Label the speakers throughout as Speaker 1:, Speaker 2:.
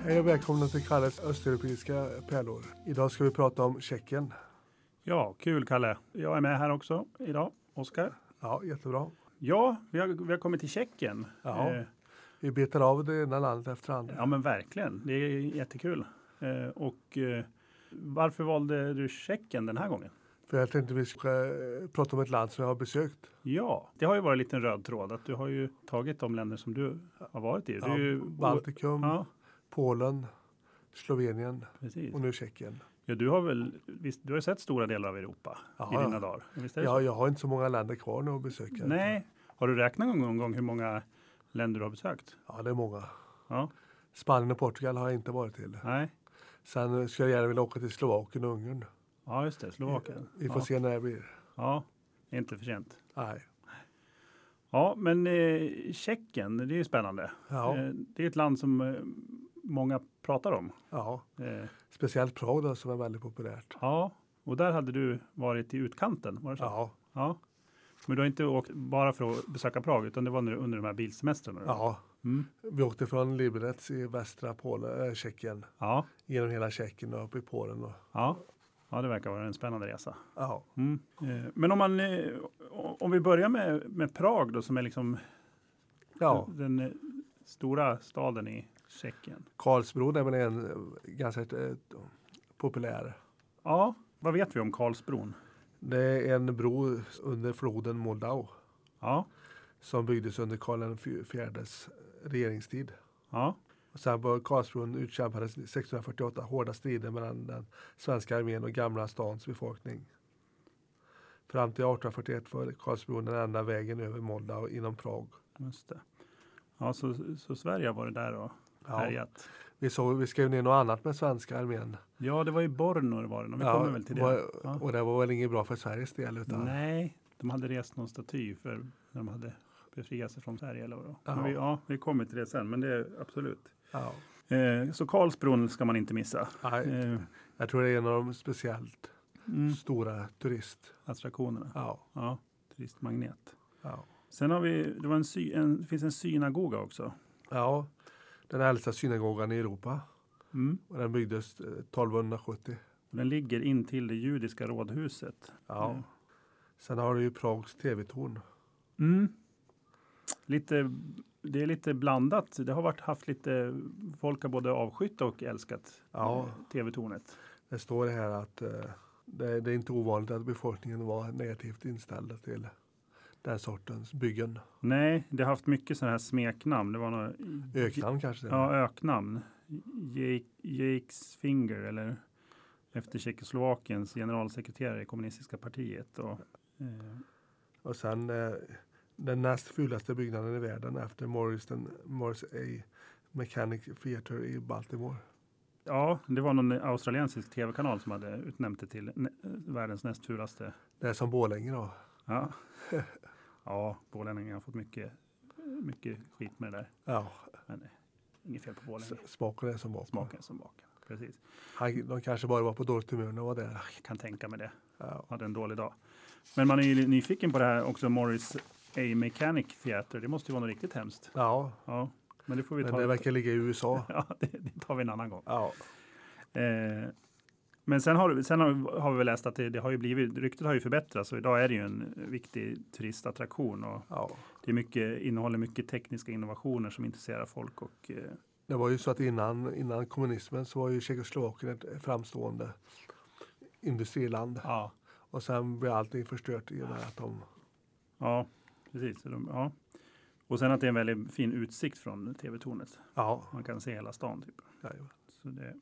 Speaker 1: Hej och välkomna till Kalles östeuropeiska pärlor. Idag ska vi prata om Tjeckien.
Speaker 2: Ja, kul Kalle. Jag är med här också idag, Oskar.
Speaker 1: Ja, jättebra.
Speaker 2: Ja, vi har, vi har kommit till Tjeckien.
Speaker 1: Ja.
Speaker 2: Eh,
Speaker 1: Vi betar av det ena landet efter andra.
Speaker 2: ja, men verkligen. Det är jättekul. Eh, och eh, varför valde du Tjeckien den här gången?
Speaker 1: För jag tänkte vi ska eh, prata om ett land som jag har besökt.
Speaker 2: Ja, det har ju varit en liten röd tråd att du har ju tagit de länder som du har varit i. Du är ju,
Speaker 1: Ja, Baltikum,
Speaker 2: Ja,
Speaker 1: Polen, Slovenien
Speaker 2: precis.
Speaker 1: och nu Tjeckien.
Speaker 2: Ja, du har väl visst, du har ju sett stora delar av Europa
Speaker 1: Ja,
Speaker 2: i dina
Speaker 1: ja.
Speaker 2: dagar? Visst är det så?
Speaker 1: Ja, jag har inte så många länder kvar nu att besöka.
Speaker 2: Nej, har du räknat någon gång hur många länder du har besökt?
Speaker 1: Ja, det är många.
Speaker 2: Ja,
Speaker 1: Spanien och Portugal har jag inte varit till.
Speaker 2: nej.
Speaker 1: Sen eh, skulle jag gärna vilja åka till Slovakien och Ungern.
Speaker 2: Ja, just det. Slovakien.
Speaker 1: Vi får
Speaker 2: ja.
Speaker 1: se när det blir.
Speaker 2: Ja, det är inte för sent.
Speaker 1: Nej.
Speaker 2: Ja, men eh, Tjeckien, det är ju spännande.
Speaker 1: Ja,
Speaker 2: Eh, det är ett land som eh, många pratar om.
Speaker 1: ja.
Speaker 2: Eh,
Speaker 1: Speciellt Prag då, som är väldigt populärt.
Speaker 2: ja, och där hade du varit i utkanten, var det så?
Speaker 1: Ja,
Speaker 2: Ja. Men du har inte åkt bara för att besöka Prag, utan det var nu under de här bilsemestrarna? då?
Speaker 1: ja.
Speaker 2: Mm.
Speaker 1: Vi åkte från Liberec i västra Polen, äh, Tjeckien,
Speaker 2: ja,
Speaker 1: genom hela Tjeckien och upp i Polen. Och,
Speaker 2: ja. Ja, det verkar vara en spännande resa.
Speaker 1: ja.
Speaker 2: Mm. Eh, Men om, man, eh, o- om vi börjar med, med Prag då, som är liksom
Speaker 1: ja,
Speaker 2: den eh, stora staden i Tjeckien.
Speaker 1: Karlsbron är väl en eh, ganska eh, populär.
Speaker 2: Ja, vad vet vi om Karlsbron?
Speaker 1: Det är en bro under floden Moldau
Speaker 2: Ja,
Speaker 1: som byggdes under Karl IVs eh, regeringstid.
Speaker 2: ja.
Speaker 1: Och sen på Karlsbron utkämpades 1648 hårda strider mellan den svenska armén och Gamla stans befolkning. Fram till 1841 var Karlsbron den enda vägen över Moldau inom Prag.
Speaker 2: Just det. Ja, så, så Sverige har varit där och härjat.
Speaker 1: Vi, såg, vi skrev ner något annat med svenska armén.
Speaker 2: Ja, det var ju Borno det var det. men Vi
Speaker 1: Ja,
Speaker 2: kommer väl till det.
Speaker 1: var-
Speaker 2: Ja.
Speaker 1: Och det var väl inget bra för Sveriges del? Utan,
Speaker 2: Nej, de hade rest någon staty för när de hade befriat sig från Sverige. Eller vad det var.
Speaker 1: Ja.
Speaker 2: Men vi, ja, vi kommer till det sen, men det är absolut.
Speaker 1: Ja,
Speaker 2: Eh, så Karlsbron ska man inte missa.
Speaker 1: nej,
Speaker 2: Eh,
Speaker 1: jag tror det är en av de speciellt
Speaker 2: mm,
Speaker 1: stora turist...
Speaker 2: attraktionerna.
Speaker 1: Ja,
Speaker 2: Ja, turistmagnet.
Speaker 1: ja.
Speaker 2: Sen har vi, det var en sy, en, det finns en synagoga också.
Speaker 1: ja, den äldsta synagogan i Europa.
Speaker 2: Mm.
Speaker 1: Och den byggdes eh, 1270.
Speaker 2: Och Den ligger intill det judiska rådhuset.
Speaker 1: Ja.
Speaker 2: Mm.
Speaker 1: Sen har du ju Prags TV-torn.
Speaker 2: Mm. Lite, det är lite blandat. Det har varit, haft lite, folk har både avskytt och älskat
Speaker 1: Ja.
Speaker 2: eh, tv-tornet.
Speaker 1: Det står här att eh, det, det är inte ovanligt att befolkningen var negativt inställda till den sortens byggen.
Speaker 2: Nej, det har haft mycket sådana här smeknamn. Det var några,
Speaker 1: Öknamn kanske? det är.
Speaker 2: Ja, öknamn. Jake, Jake's Finger eller efter Tjeckoslovakiens generalsekreterare i kommunistiska partiet. Och, eh,
Speaker 1: Och sen eh, den näst fulaste byggnaden i världen efter Morris, den, Morris A. Mechanic Theatre i Baltimore.
Speaker 2: ja, det var någon australiensisk tv-kanal som hade utnämnt det till nä- eh, världens näst fulaste
Speaker 1: Det är som Borlänge då.
Speaker 2: Ja, ja Borlänge har fått mycket, mycket skit med det där.
Speaker 1: Ja,
Speaker 2: Inget fel på
Speaker 1: s-
Speaker 2: Borlänge.
Speaker 1: smaken är som vapen.
Speaker 2: Smaken som baken. Precis.
Speaker 1: Han, de kanske bara var på dåligt humör när de var där.
Speaker 2: Jag kan tänka mig det.
Speaker 1: Ja,
Speaker 2: Hade en dålig dag. Men man är ju nyfiken på det här också. Morris A Mechanic Theater. Det måste ju vara något riktigt hemskt.
Speaker 1: ja
Speaker 2: Ja, men det får vi
Speaker 1: men
Speaker 2: ta.
Speaker 1: det verkar ligga i USA.
Speaker 2: ja, det, det tar vi en annan gång.
Speaker 1: Ja,
Speaker 2: Eh, men sen har, sen har, har vi väl läst att det, det har ju blivit, ryktet har ju förbättrats och idag är det ju en viktig turistattraktion och
Speaker 1: ja.
Speaker 2: det är mycket, innehåller mycket tekniska innovationer som intresserar folk och eh,
Speaker 1: Det var ju så att innan, innan kommunismen så var ju Tjeckoslovakien ett framstående industriland.
Speaker 2: ja,
Speaker 1: Och sen blev allting förstört i och med att de...
Speaker 2: Ja, precis. Så De, ja. Och sen att det är en väldigt fin utsikt från TV-tornet.
Speaker 1: Ja,
Speaker 2: Man kan se hela stan. Typ.
Speaker 1: jajamän.
Speaker 2: Så det,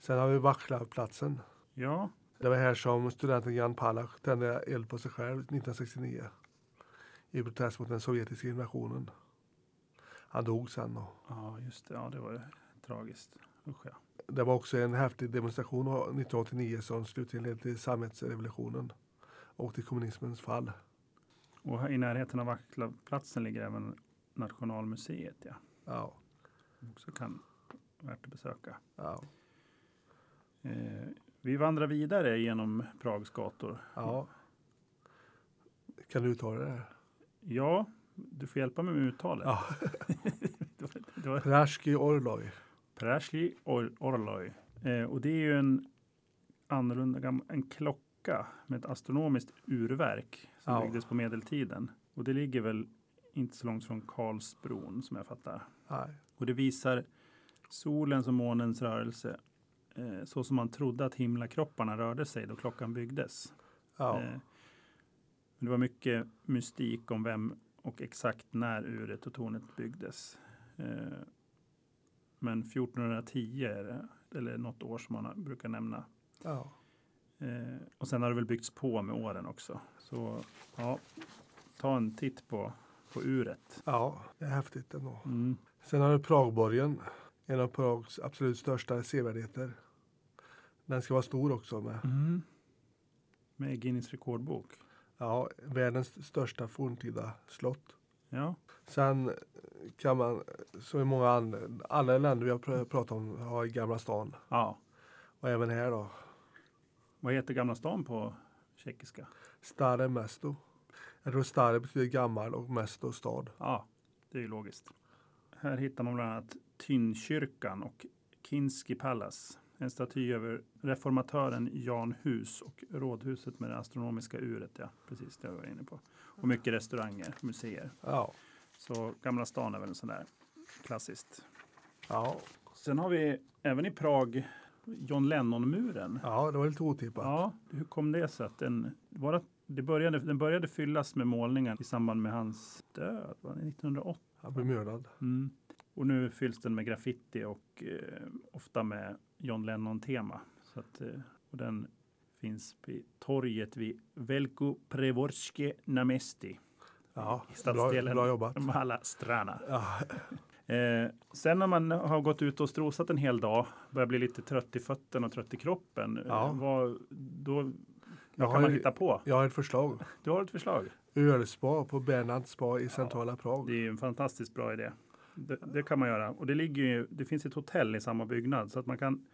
Speaker 1: Sen har vi Vaclavplatsen.
Speaker 2: ja,
Speaker 1: Det var här som studenten Jan Palach tände eld på sig själv 1969 i protest mot den sovjetiska invasionen. Han dog sen. då.
Speaker 2: ja, just det. Ja, det var ju tragiskt. Usch, ja.
Speaker 1: Det var också en häftig demonstration 1989 som slutligen ledde till samhällsrevolutionen och till kommunismens fall.
Speaker 2: Och här i närheten av Vacklavplatsen ligger även Nationalmuseet. Ja.
Speaker 1: Ja,
Speaker 2: Också kan värt att besöka.
Speaker 1: ja,
Speaker 2: Eh, vi vandrar vidare genom Prags gator.
Speaker 1: ja. Kan du uttala det? här?
Speaker 2: Ja, du får hjälpa mig med uttalet.
Speaker 1: Ja.
Speaker 2: det var, det var
Speaker 1: Prashki Orloj.
Speaker 2: Prashli Or- Orloj. Eh, och det är ju en annorlunda gam- en klocka med ett astronomiskt urverk som
Speaker 1: Ja.
Speaker 2: byggdes på medeltiden. Och det ligger väl inte så långt från Karlsbron som jag fattar.
Speaker 1: Nej.
Speaker 2: Och det visar solens och månens rörelse eh, så som man trodde att himlakropparna rörde sig då klockan byggdes.
Speaker 1: Ja.
Speaker 2: Eh, men det var mycket mystik om vem och exakt när uret och tornet byggdes. Eh, men 1410 är det, eller något år som man har- brukar nämna.
Speaker 1: ja.
Speaker 2: Eh, och sen har det väl byggts på med åren också. Så ja, ta en titt på, på uret.
Speaker 1: ja, det är häftigt ändå.
Speaker 2: Mm.
Speaker 1: Sen har du Pragborgen, en av Prags absolut största sevärdheter. Den ska vara stor också med.
Speaker 2: Mm. Med Guinness rekordbok.
Speaker 1: Ja, världens största forntida slott.
Speaker 2: Ja,
Speaker 1: Sen kan man, som i många andra, alla länder vi har pr- pratat om, har Gamla stan.
Speaker 2: ja.
Speaker 1: Och även här då,
Speaker 2: Vad heter Gamla stan på tjeckiska?
Speaker 1: Stare Mesto. Jag tror Stare betyder gammal och Mesto stad.
Speaker 2: Ja, det är ju logiskt. Här hittar man bland annat Tynnkyrkan och Kinski Palace. En staty över reformatören Jan Hus och rådhuset med det astronomiska uret. Ja, precis det jag var inne på. Och mycket restauranger och museer.
Speaker 1: Ja,
Speaker 2: Så Gamla stan är väl en sån där klassiskt.
Speaker 1: ja,
Speaker 2: Sen har vi även i Prag John Lennon-muren.
Speaker 1: ja det var lite otippat.
Speaker 2: Ja, hur kom det sig att den, var det, det började, den började fyllas med målningar i samband med hans död? Var det 1908?
Speaker 1: Han blev mördad.
Speaker 2: Mm. Och nu fylls den med graffiti och eh, ofta med John Lennon-tema. Så att, eh, och den finns vid torget vid Velko Prevorskie Namesti,
Speaker 1: Ja,
Speaker 2: I
Speaker 1: bra,
Speaker 2: stadsdelen.
Speaker 1: bra jobbat.
Speaker 2: Mala Strana.
Speaker 1: Ja,
Speaker 2: Eh, sen när man har gått ut och strosat en hel dag, börjar bli lite trött i fötterna och trött i kroppen,
Speaker 1: Ja.
Speaker 2: eh, vad, då,
Speaker 1: Jag
Speaker 2: vad
Speaker 1: har
Speaker 2: kan man
Speaker 1: ju-
Speaker 2: hitta på?
Speaker 1: jag har ett förslag.
Speaker 2: Du har ett förslag?
Speaker 1: Ölspa på Bernhards spa i centrala
Speaker 2: Det
Speaker 1: Prag.
Speaker 2: är ju en fantastiskt bra idé. Det, det kan man göra. Och det, ligger ju, det finns ett hotell i samma byggnad så att man, kan,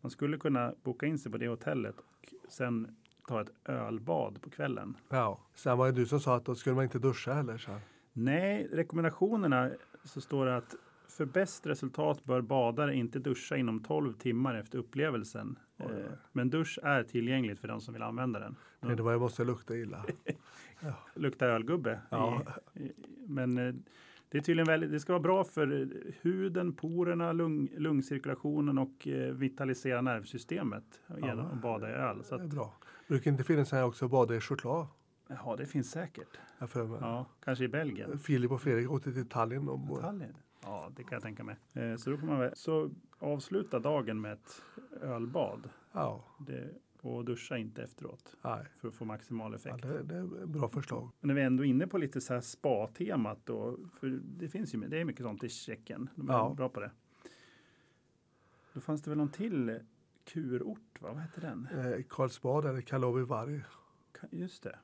Speaker 2: man skulle kunna boka in sig på det hotellet och sen ta ett ölbad på kvällen.
Speaker 1: Ja. Sen var det du som sa att då skulle man inte duscha heller. Så. här.
Speaker 2: Nej, rekommendationerna så står det att för bäst resultat bör badare inte duscha inom 12 timmar efter upplevelsen.
Speaker 1: Oj, oj.
Speaker 2: Eh, Men dusch är tillgängligt för de som vill använda den.
Speaker 1: Nej, det var, jag måste lukta illa.
Speaker 2: Luktar ölgubbe.
Speaker 1: Ja.
Speaker 2: I, i, men eh, det är tydligen väldigt, det ska vara bra för eh, huden, porerna, lung, lungcirkulationen och eh, vitalisera nervsystemet genom att bada i öl. Så
Speaker 1: Det är
Speaker 2: att,
Speaker 1: bra. Brukar inte finnas här också bada i choklad?
Speaker 2: ja, det finns säkert.
Speaker 1: Jag för mig.
Speaker 2: Ja, kanske i Belgien.
Speaker 1: Filip och Fredrik åkte till Tallinn. Och,
Speaker 2: Tallinn. Ja, det kan jag tänka mig. Eh, Så då får man väl, så avsluta dagen med ett ölbad
Speaker 1: ja,
Speaker 2: det, och duscha inte efteråt
Speaker 1: nej.
Speaker 2: för att få maximal effekt.
Speaker 1: Ja, det, det är ett bra förslag.
Speaker 2: Men när vi är ändå är inne på lite så här spa-temat då, för det finns ju det är mycket sånt i Tjeckien. De är
Speaker 1: Ja.
Speaker 2: bra på det. Då fanns det väl någon till kurort, va? vad hette den?
Speaker 1: Eh, Karlsbad eller Karlovy Vary.
Speaker 2: Ka- Just det.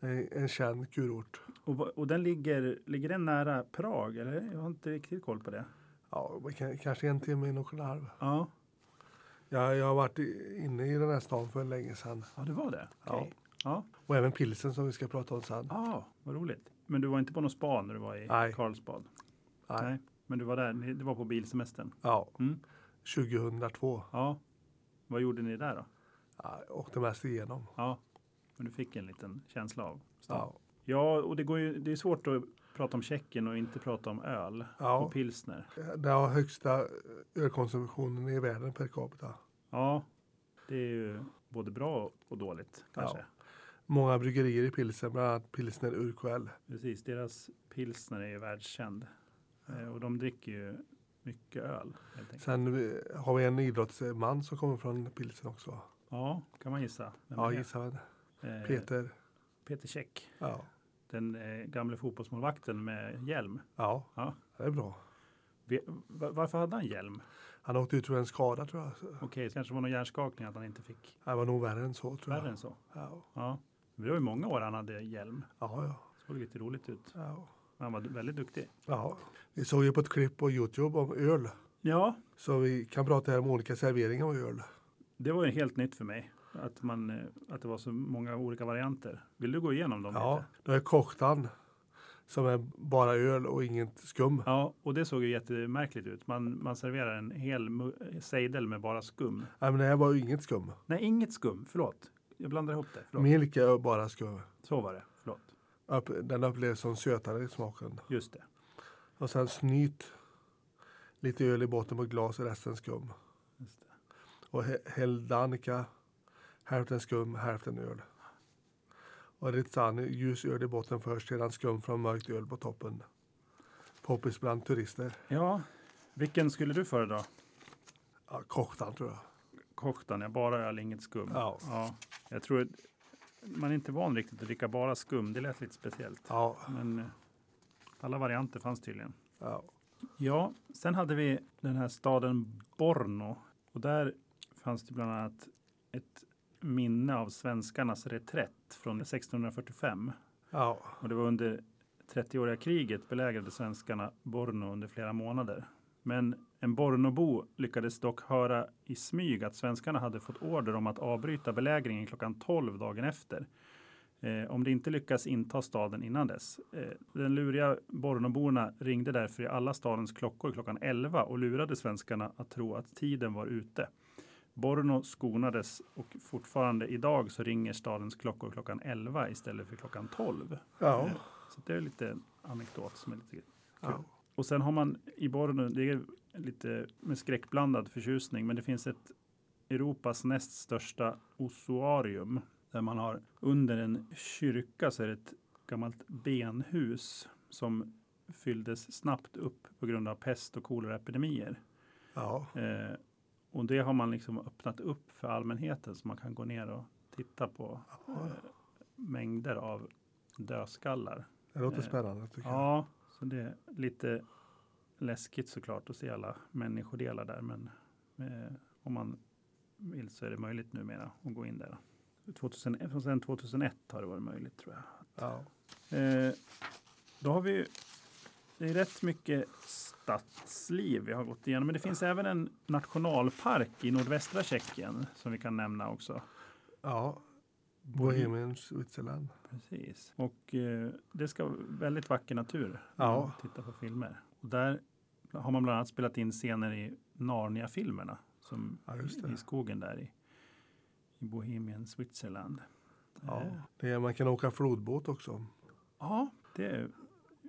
Speaker 1: Det är En känd kurort.
Speaker 2: Och, va- och den ligger, ligger den nära Prag, eller? Jag har inte riktigt koll på det.
Speaker 1: Ja, man kan- kanske en timme, en och en halv.
Speaker 2: Ja,
Speaker 1: Jag, jag har varit i- inne i den här stan för länge sedan.
Speaker 2: ja det var det.
Speaker 1: Ja.
Speaker 2: Okej. Ja.
Speaker 1: Och även pilsen som vi ska prata om sen.
Speaker 2: Ah, vad roligt. Men du var inte på någon spa när du var i
Speaker 1: Nej.
Speaker 2: Karlsbad?
Speaker 1: Nej.
Speaker 2: Men du var där, ni- det var på bilsemestern?
Speaker 1: Ja.
Speaker 2: Mm.
Speaker 1: 2002.
Speaker 2: Ja. Vad gjorde ni där då?
Speaker 1: Ja, jag åkte mest igenom.
Speaker 2: Ja, men du fick en liten känsla av stan.
Speaker 1: Ja.
Speaker 2: Ja, och det, går ju, det är svårt att prata om Tjeckien och inte prata om öl
Speaker 1: Ja.
Speaker 2: och pilsner.
Speaker 1: Det har högsta eh, ölkonsumtionen i världen per capita.
Speaker 2: Ja, det är ju både bra och dåligt kanske.
Speaker 1: Ja. Många bryggerier i pilsen, bland annat pilsner Urquell.
Speaker 2: Precis, deras pilsner är ju världskänd Eh, och de dricker ju mycket öl. Helt enkelt.
Speaker 1: Sen eh, har vi en idrottsman som kommer från pilsen också.
Speaker 2: Ja, kan man gissa. vem
Speaker 1: Ja,
Speaker 2: det är?
Speaker 1: gissa vad det
Speaker 2: Eh,
Speaker 1: är. Peter.
Speaker 2: Peter Käck,
Speaker 1: Ja.
Speaker 2: den eh, gamle fotbollsmålvakten med hjälm.
Speaker 1: ja,
Speaker 2: Ja.
Speaker 1: det är bra.
Speaker 2: Ve- va- Varför hade han hjälm?
Speaker 1: Han åkte ut för en skada tror jag. Så-
Speaker 2: Okej, det kanske var någon hjärnskakning att han inte fick
Speaker 1: Det var nog värre än så tror
Speaker 2: värre
Speaker 1: jag.
Speaker 2: än så.
Speaker 1: Ja,
Speaker 2: Ja. Men Det var ju många år han hade hjälm.
Speaker 1: ja, ja.
Speaker 2: Såg lite roligt ut.
Speaker 1: ja.
Speaker 2: Han var väldigt duktig.
Speaker 1: ja. Vi såg ju på ett klipp på Youtube om öl.
Speaker 2: Ja,
Speaker 1: Så vi kan prata här om olika serveringar av öl.
Speaker 2: det var ju helt nytt för mig. Att, man, eh, att det var så många olika varianter. Vill du gå igenom dem
Speaker 1: Ja,
Speaker 2: lite?
Speaker 1: då är Kochtan. som är bara öl och inget skum.
Speaker 2: Ja, och det såg ju jättemärkligt ut. Man, man serverar en hel mu- eh, sejdel med bara skum.
Speaker 1: Nej, men det här var ju inget skum.
Speaker 2: Nej, inget skum. Förlåt. Jag blandar ihop det. Förlåt.
Speaker 1: Milk är bara skum.
Speaker 2: Så var det. Förlåt.
Speaker 1: Upp, den upplevs som sötare i smaken.
Speaker 2: Just det.
Speaker 1: Och sen snyt lite öl i botten på ett glas och resten skum.
Speaker 2: Just det.
Speaker 1: Och he- häll danica, hälften skum, hälften öl. Och Rizzani, ljus öl i botten först, sedan skum från mörkt öl på toppen. Poppis bland turister.
Speaker 2: Ja, vilken skulle du föredra?
Speaker 1: Ja, Kochtan tror jag.
Speaker 2: Koftan, ja, bara öl, inget skum.
Speaker 1: Ja.
Speaker 2: ja. Jag tror att man är inte van riktigt att dricka bara skum. Det lät lite speciellt.
Speaker 1: Ja,
Speaker 2: Men eh, alla varianter fanns tydligen.
Speaker 1: ja.
Speaker 2: Ja, sen hade vi den här staden Borno och där fanns det bland annat ett minne av svenskarnas reträtt från 1645.
Speaker 1: ja.
Speaker 2: Och det var under 30-åriga kriget belägrade svenskarna Borno under flera månader. Men en Bornobo lyckades dock höra i smyg att svenskarna hade fått order om att avbryta belägringen klockan 12 dagen efter. Eh, om det inte lyckas inta staden innan dess. Eh, den luriga Bornoborna ringde därför i alla stadens klockor klockan 11 och lurade svenskarna att tro att tiden var ute. Borno skonades och fortfarande idag så ringer stadens klockor klockan 11 istället för klockan 12.
Speaker 1: ja.
Speaker 2: Så det är lite en anekdot som är lite kul.
Speaker 1: ja.
Speaker 2: Och sen har man i Borno, det är lite med skräckblandad förtjusning, men det finns ett Europas näst största ossuarium där man har under en kyrka så är det ett gammalt benhus som fylldes snabbt upp på grund av pest och koleraepidemier.
Speaker 1: ja.
Speaker 2: Eh, och det har man liksom öppnat upp för allmänheten så man kan gå ner och titta på eh, mängder av dödskallar.
Speaker 1: Det låter
Speaker 2: Eh,
Speaker 1: spännande tycker jag.
Speaker 2: Ja, så det är lite läskigt såklart att se alla människodelar där. Men eh, om man vill så är det möjligt numera att gå in där. 2000, från sen 2001 har det varit möjligt tror jag.
Speaker 1: Ja.
Speaker 2: Eh, då har vi ju, det är rätt mycket stadsliv vi har gått igenom. Men det finns även en nationalpark i nordvästra Tjeckien som vi kan nämna också.
Speaker 1: ja. Bohemians Switzerland.
Speaker 2: Precis. Och eh, det ska vara väldigt vacker natur.
Speaker 1: Ja.
Speaker 2: När man tittar på filmer. Och där har man bland annat spelat in scener i Narnia-filmerna. Som
Speaker 1: Ja, just det.
Speaker 2: i skogen där i, i Bohemien, Switzerland.
Speaker 1: Ja.
Speaker 2: Eh,
Speaker 1: Det är, man kan åka flodbåt också.
Speaker 2: Ja, det är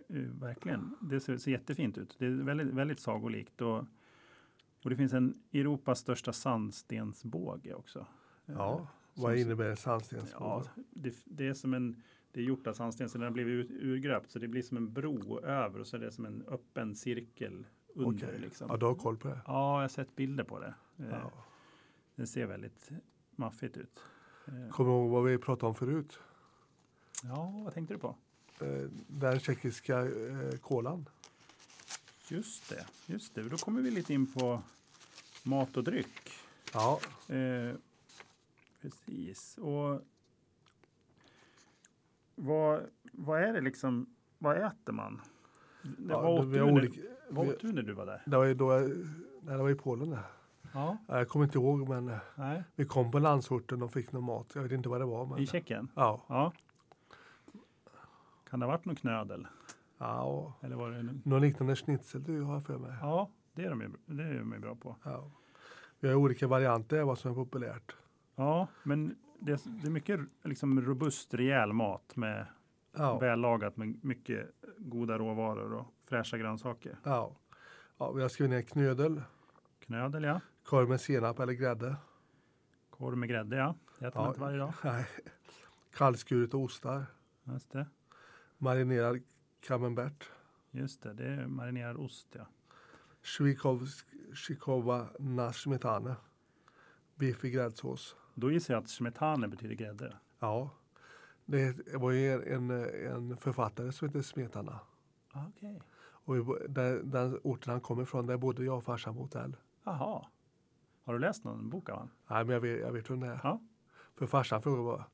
Speaker 2: eh, verkligen. Det ser, ser jättefint ut. Det är väldigt, väldigt sagolikt. Och, och det finns en Europas största sandstensbåge också. Eh,
Speaker 1: Ja. Vad
Speaker 2: som-
Speaker 1: innebär sandstensbåt?
Speaker 2: Ja, det, det är som en det är gjort av sandsten så den har blivit ut- urgröpt så det blir som en bro över och så är det som en öppen cirkel under.
Speaker 1: Okej.
Speaker 2: Liksom.
Speaker 1: Ja, du har koll på det.
Speaker 2: Ja, jag har sett bilder på det. Eh,
Speaker 1: Ja.
Speaker 2: Det ser väldigt maffigt ut. Eh,
Speaker 1: Kommer du ihåg vad vi pratade om förut?
Speaker 2: Ja, vad tänkte du på?
Speaker 1: Eh, Den tjeckiska eh, kolan.
Speaker 2: Just det, just det. Då kommer vi lite in på mat och dryck.
Speaker 1: Ja,
Speaker 2: Eh, precis. Och vad, vad är det liksom? Vad äter man? Det,
Speaker 1: ja
Speaker 2: vad
Speaker 1: det,
Speaker 2: åt
Speaker 1: vi
Speaker 2: du
Speaker 1: har
Speaker 2: när-
Speaker 1: olika,
Speaker 2: Vad
Speaker 1: vi-
Speaker 2: åt du när du var där?
Speaker 1: det var ju då, jag- nej, det var i Polen. det.
Speaker 2: Ja,
Speaker 1: Ja, Jag kommer inte ihåg, men eh,
Speaker 2: nej.
Speaker 1: vi kom på landsorten och fick någon mat. Jag vet inte vad det var. Men,
Speaker 2: I Tjeckien?
Speaker 1: ja,
Speaker 2: Ja. Kan det ha varit någon knödel?
Speaker 1: ja, och
Speaker 2: Eller var det en...
Speaker 1: någon liknande schnitzel du har jag för mig.
Speaker 2: Ja, det är de ju det är de ju bra på.
Speaker 1: Ja. Vi har olika varianter av vad som är populärt.
Speaker 2: Ja, men det är, det är mycket liksom robust, rejäl mat med
Speaker 1: Ja,
Speaker 2: vällagat med mycket goda råvaror och fräscha grönsaker.
Speaker 1: ja. ja, vi har skrivit ner knödel,
Speaker 2: Knödel, ja.
Speaker 1: korv med senap eller grädde.
Speaker 2: Korv med grädde, ja. Det äter man
Speaker 1: Ja.
Speaker 2: inte varje dag.
Speaker 1: Nej. Kallskuret och ostar.
Speaker 2: Just det.
Speaker 1: Marinerad camembert.
Speaker 2: Just det, det är marinerad ost, ja.
Speaker 1: Shvikova na smetana. Biff i gräddsås.
Speaker 2: Då gissar jag att smetana betyder grädde.
Speaker 1: Ja, det var ju en, en författare som hette Smetana.
Speaker 2: Ah, Okej.
Speaker 1: Och vi, bo- där, den orten han kom ifrån, där bodde jag och farsan på hotell.
Speaker 2: Jaha. Har du läst någon bok av han?
Speaker 1: Nej, men jag vet, jag vet hur det är.
Speaker 2: Ja.
Speaker 1: För farsan frågade bara.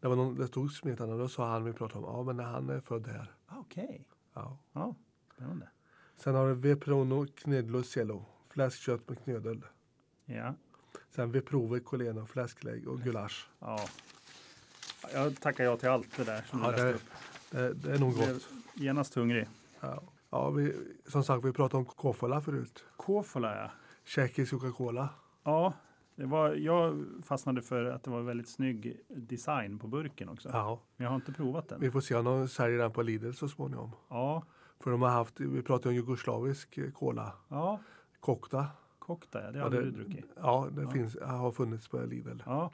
Speaker 1: Det, var någon, det stod Smetana och då sa han vi pratade om, ja men han är född här.
Speaker 2: Ah, Okej.
Speaker 1: Ja.
Speaker 2: Ja, spännande.
Speaker 1: Sen har vi Veprono knedlo cello. Fläskkött med knödel.
Speaker 2: Ja.
Speaker 1: Sen Veprove koleno, fläsklägg och gulasch.
Speaker 2: ja. Jag tackar ja till allt det där som
Speaker 1: Ja,
Speaker 2: du läste
Speaker 1: det,
Speaker 2: upp.
Speaker 1: Det, det är nog
Speaker 2: Blev
Speaker 1: gott.
Speaker 2: genast hungrig.
Speaker 1: Ja. Ja, vi, som sagt, vi pratade om kofola förut.
Speaker 2: Kofola ja.
Speaker 1: Tjeckisk Coca-Cola.
Speaker 2: Ja, det var, jag fastnade för att det var väldigt snygg design på burken också.
Speaker 1: Ja.
Speaker 2: Men jag har inte provat den.
Speaker 1: Vi får se om de säljer den på Lidl så småningom.
Speaker 2: Ja,
Speaker 1: För de har haft, vi pratade om jugoslavisk eh, cola.
Speaker 2: ja,
Speaker 1: Kokta.
Speaker 2: kokta ja. Det har
Speaker 1: Ja,
Speaker 2: aldrig
Speaker 1: det-
Speaker 2: du druckit.
Speaker 1: Ja, det
Speaker 2: Ja.
Speaker 1: Finns, har funnits på Lidl.
Speaker 2: Ja.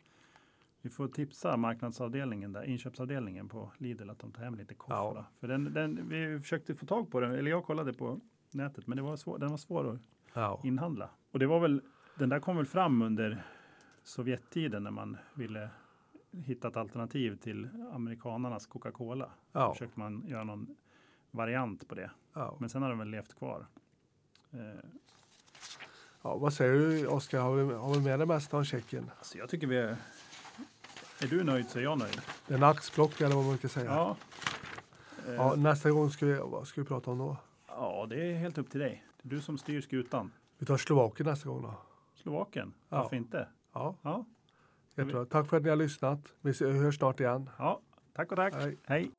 Speaker 2: Vi får tipsa marknadsavdelningen där, inköpsavdelningen på Lidl att de tar hem lite kofola.
Speaker 1: Ja.
Speaker 2: För den, den, vi försökte få tag på den, eller jag kollade på nätet, men det var svår, den var svår att
Speaker 1: Ja.
Speaker 2: inhandla. Och det var väl, den där kom väl fram under Sovjettiden när man ville hitta ett alternativ till amerikanarnas Coca-Cola. Då
Speaker 1: Ja.
Speaker 2: försökte man göra någon variant på det.
Speaker 1: Ja.
Speaker 2: Men sen har den väl levt kvar. Eh,
Speaker 1: ja. Vad säger du Oskar, har vi, har vi med det mesta om Tjeckien?
Speaker 2: alltså jag tycker vi är... Är du nöjd så är jag nöjd.
Speaker 1: Det är en axplock eller vad man ska säga.
Speaker 2: Ja. Eh,
Speaker 1: Ja, nästa gång ska vi, vad ska vi prata om då?
Speaker 2: ja, det är helt upp till dig. Det är du som styr skutan.
Speaker 1: Vi tar Slovakien nästa gång då.
Speaker 2: Slovakien,
Speaker 1: Ja.
Speaker 2: varför inte?
Speaker 1: Ja,
Speaker 2: Ja.
Speaker 1: jättebra. Tack för att ni har lyssnat. Vi ses- hörs snart igen.
Speaker 2: ja, tack och tack.
Speaker 1: Hej.
Speaker 2: Hej.